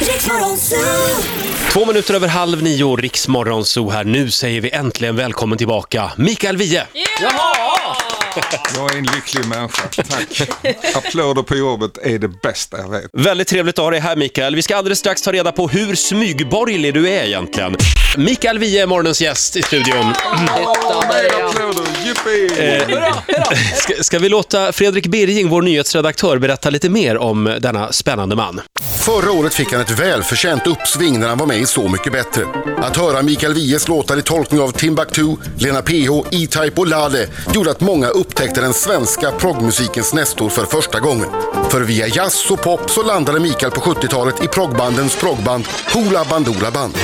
Riksmorgon Zoo! Två minuter över halv nio, Riksmorgon så här. Nu säger vi äntligen välkommen tillbaka, Mikael Wiehe! Jag är en lycklig människa, tack. Applåder på jobbet är det bästa jag vet. Väldigt trevligt att ha dig här Mikael. Vi ska alldeles strax ta reda på hur smygborgerlig du är egentligen. Mikael Wiehe är morgonens gäst i studion. Åh, mer applåder, jippi! Ska, ska vi låta Fredrik Birging, vår nyhetsredaktör, berätta lite mer om denna spännande man? Förra året fick han ett välförtjänt uppsving när han var med i Så mycket bättre. Att höra Mikael Wiehes låtar i tolkning av Timbuktu, Lena Ph, E-Type och Lade gjorde att många upptäckte den svenska progmusikens nästor för första gången. För via jazz och pop så landade Mikael på 70-talet i progbandens progband Hoola Bandoola Band.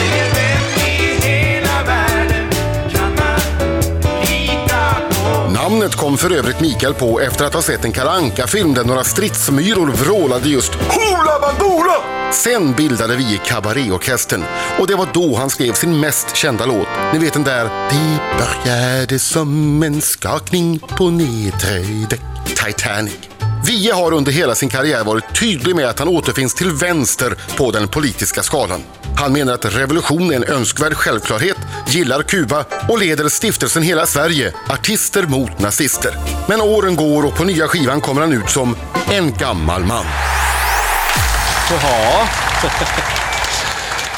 Namnet kom för övrigt Mikael på efter att ha sett en karanka film där några stridsmyror vrålade just Hoola Bandoola! Sen bildade vi Kabaréorkestern och det var då han skrev sin mest kända låt. Ni vet den där Det började som en skakning på nedre däck Titanic. Wiehe har under hela sin karriär varit tydlig med att han återfinns till vänster på den politiska skalan. Han menar att revolution är en önskvärd självklarhet, gillar Kuba och leder stiftelsen Hela Sverige, artister mot nazister. Men åren går och på nya skivan kommer han ut som en gammal man. Jaha.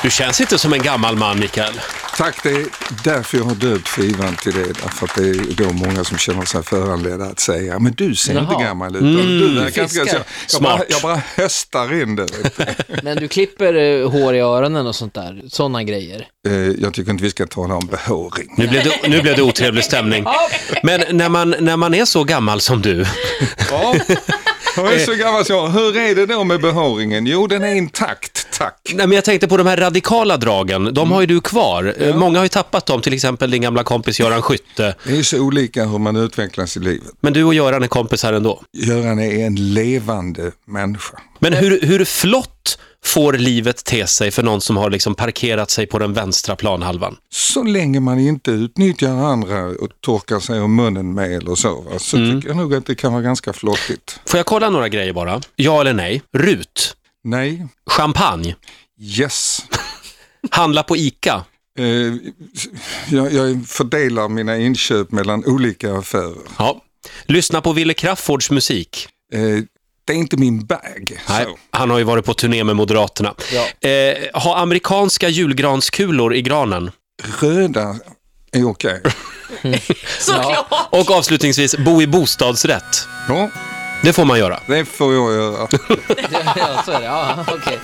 Du känns inte som en gammal man Mikael. Tack, det är därför jag har döpt skivan till det. Därför att det är då många som känner sig föranledda att säga, men du ser inte gammal ut. du verkar inte Fiskar. jag, jag, bara, Smart. jag bara höstar in det. vet du. Men du klipper eh, hår i öronen och sånt där, sådana grejer. Eh, jag tycker inte vi ska tala om behåring. Nu blev det, nu blev det otrevlig stämning. Men när man, när man är så gammal som du, Ja. Jag är så gammal så jag, hur är det då med behåringen? Jo, den är intakt, tack. Nej, men jag tänkte på de här radikala dragen, de har ju du kvar. Eh, Många har ju tappat dem, till exempel din gamla kompis Göran Skytte. Det är ju så olika hur man utvecklas i livet. Men du och Göran är kompisar ändå. Göran är en levande människa. Men hur, hur flott får livet te sig för någon som har liksom parkerat sig på den vänstra planhalvan? Så länge man inte utnyttjar andra och torkar sig om munnen med eller så, va, så tycker jag nog att det kan vara ganska flottigt. Får jag kolla några grejer bara? Ja eller nej? RUT? Nej, Champagne? yes. Handla på ICA? Eh, jag, jag fördelar mina inköp mellan olika affärer. Ja. Lyssna på Wille Crafoords musik? Eh, det är inte min bag. Nej, Så. han har ju varit på turné med Moderaterna. Ja. Eh, ha amerikanska julgranskulor i granen? Röda är okej. Såklart! Och avslutningsvis, bo i bostadsrätt? Ja, Det får man göra. det får jag göra. ja, så är det. Ja, okej.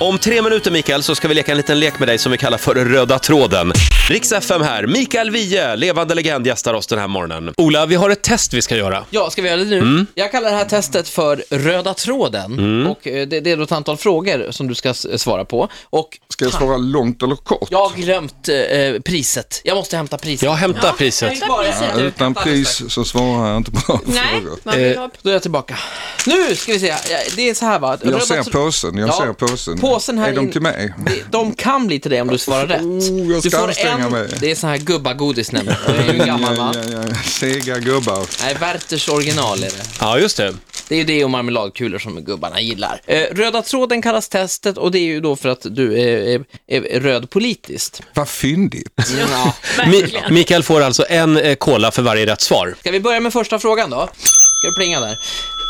Om tre minuter, Mikael, så ska vi leka en liten lek med dig som vi kallar för Röda tråden. Riks FM här. Mikael Wiehe, levande legend, gästar oss den här morgonen. Ola, vi har ett test vi ska göra. ja, ska vi göra det nu? Jag kallar det här testet för Röda tråden. Och eh, det, det är då ett antal frågor som du ska s- eh, svara på. Och Ska jag svara långt eller kort? jag har glömt eh, priset. Jag måste hämta priset. Jag hämtar priset. Hämta priset du. Utan pris så svarar jag inte på Nej, frågor. man Eh, vill ha... Då är jag tillbaka. Nu ska vi se. Ja, Det är så här va. Röda Jag ser tr- påsen, jag Ja, ser påsen. påsen här är de in- till mig? Det- De kan bli till dig om du svarar rätt. Oh, jag ska du får anstränga en... mig. Det är sån här gubbagodis nämligen. Du är ju en gammal man. Ja, ja, ja. Sega gubbar. Nej, Werthers original är det. Ja, just det. Det är ju det och marmeladkulor som gubbarna gillar. Eh, röda tråden kallas testet och det är ju då för att du är, är, är röd politiskt. Vad fyndigt. Ja. Mi- Mikael får alltså en eh, cola för varje rätt svar. Ska vi börja med första frågan då? Ska du plinga där?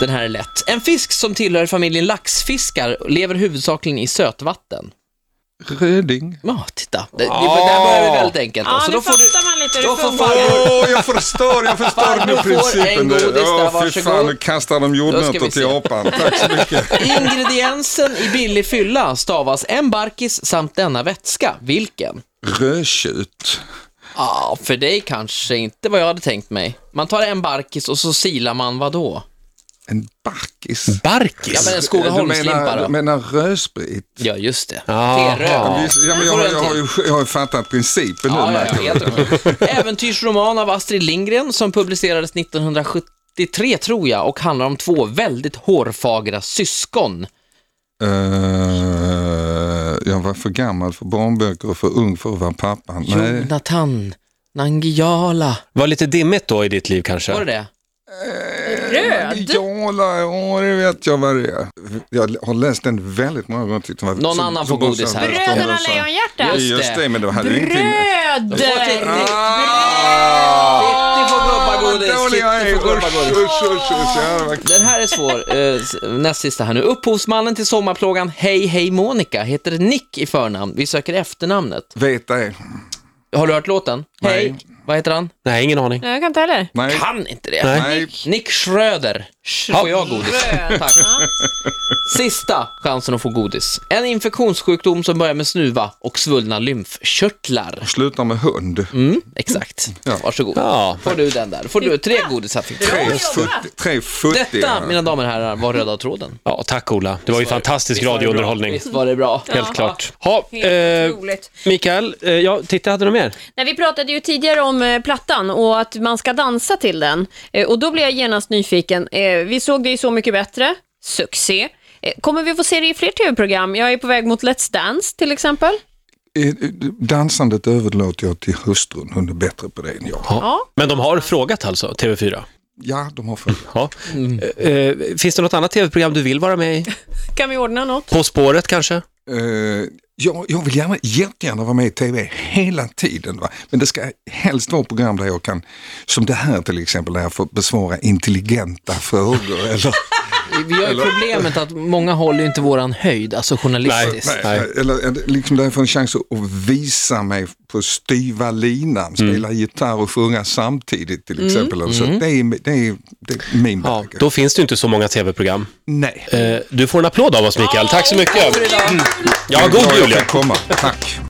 Den här är lätt. En fisk som tillhör familjen laxfiskar lever huvudsakligen i sötvatten. Röding. Ja, titta. Det, det, där börjar vi väldigt enkelt. Ja, så nu Alltså, då får du, fattar man lite hur då det får funkar. farbror- Åh, jag förstår, jag förstår Farbror nu får en principen. godis där, Åh, fy varsågod. fan, nu kastar de Då ska jordnötter vi till se. apan. Tack så mycket. Ingrediensen i billig fylla stavas en barkis samt denna vätska. Vilken? Rödtjut. Ja, för dig kanske inte vad jag hade tänkt mig. Man tar en barkis och så silar man vad då? En barkis. Ja, Barkis? men en Du Skogaholmslimpa menar, då? du menar rödsprit? Ja, just det. Jaha. Feröl. Visst, Ja, men Där jag, får har- du en jag, har till. ju, jag har ju fattat principen nu. Ja, ja, ja, märker du. helt okej. Äventyrsroman av Astrid Lindgren som publicerades 1973 tror jag och handlar om två väldigt hårfagra syskon. Eh, jag var för gammal för barnböcker och för ung för att vara pappa. Nej. Jonathan Nangiala. Var lite dimmigt då i ditt liv kanske? Var det det? Röd? död? Ja, la- ja, det vet jag vad det är. Jag har läst den väldigt många gånger. tyckte den var Någon så- annan så får god godis som här. jag läste den. Bröderna Och så- Lejonhjärta? Just Just det, men det hade ju ingenting med... Bröder! Titti får gubbagodis, Vad Ah, dålig jag är. Titti får Usch, gubbagodis. usch, usch, usch. Ja, vad- Den här är svår. Eh, s- näst sista här nu. Upphovsmannen till sommarplågan Hej Hej Monica heter Nick i förnamn. Vi söker efternamnet. Vet ej. Har du hört låten? Hej. Vad heter han? Nej, ingen aning. Nej, jag kan inte heller. Nej. Kan inte det. Nej. Nick Schröder. Sch- Får jag godis? Tack. Sista chansen att få godis. En infektionssjukdom som börjar med snuva och svullna lymfkörtlar. Sluta med hund. Mm, exakt. Varsågod. Ja. Får du den där. Får du tre godisar fick du. Tre jobbat. futt- Tre Detta, futtiga. mina damer och herrar, var röda tråden. Ja, tack Ola. Det var ju fantastisk radiounderhållning. Visst var det bra? Helt klart. Ja, Helt eh, otroligt. Mikael, eh, ja, titta, hade du mer? Nej, vi pratade ju tidigare om eh, plattan och att man ska dansa till den. Eh, och då blev jag genast nyfiken. Eh, vi såg det i Så mycket bättre. Succé. Eh, kommer vi få se det i fler tv-program? Jag är på väg mot Let's Dance till exempel. Eh, Dansandet överlåter jag till hustrun. Hon är bättre på det än jag. Ja. Men de har frågat alltså, TV4? Ja, de har frågat. Ja. Eh, eh, finns det något annat tv-program du vill vara med i? Kan vi ordna något? På spåret kanske? Eh, jag, jag vill gärna, jättegärna vara med i tv hela tiden. Va? Men det ska helst vara program där jag kan, som det här till exempel, där jag får besvara intelligenta frågor. Eller, Vi har ju problemet att många håller ju inte våran höjd, alltså journalistiskt. Nej. eller eller liksom där jag får en chans att att visa mig på styva linan, Mm. spela gitarr och sjunga samtidigt till exempel. Så det, är, det, är, det är min Ja, bag. då Eh, finns det ju inte så många tv-program. Nej. Eh, du får en applåd av oss Mikael, tack så mycket. Ja, god Jag jul! ja. kan komma. Tack.